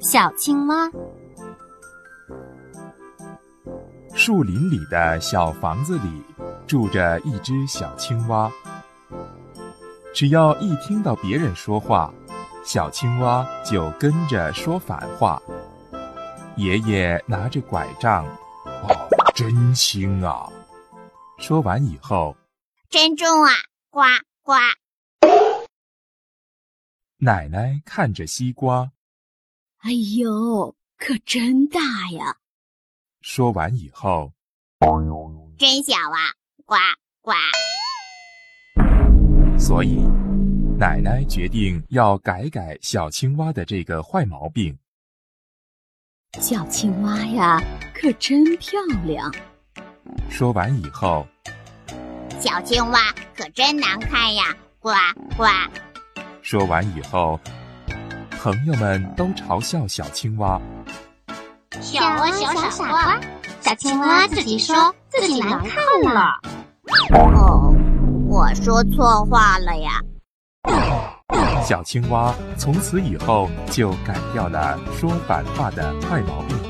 小青蛙。树林里的小房子里住着一只小青蛙。只要一听到别人说话，小青蛙就跟着说反话。爷爷拿着拐杖，哦，真轻啊！说完以后，真重啊！呱呱！奶奶看着西瓜，哎呦，可真大呀！说完以后，真小啊！呱呱！所以奶奶决定要改改小青蛙的这个坏毛病。小青蛙呀，可真漂亮！说完以后，小青蛙可真难看呀！呱呱！说完以后，朋友们都嘲笑小青蛙。小蛙小傻瓜，小青蛙自己说自己难看了。哦，我说错话了呀！小青蛙从此以后就改掉了说反话的坏毛病。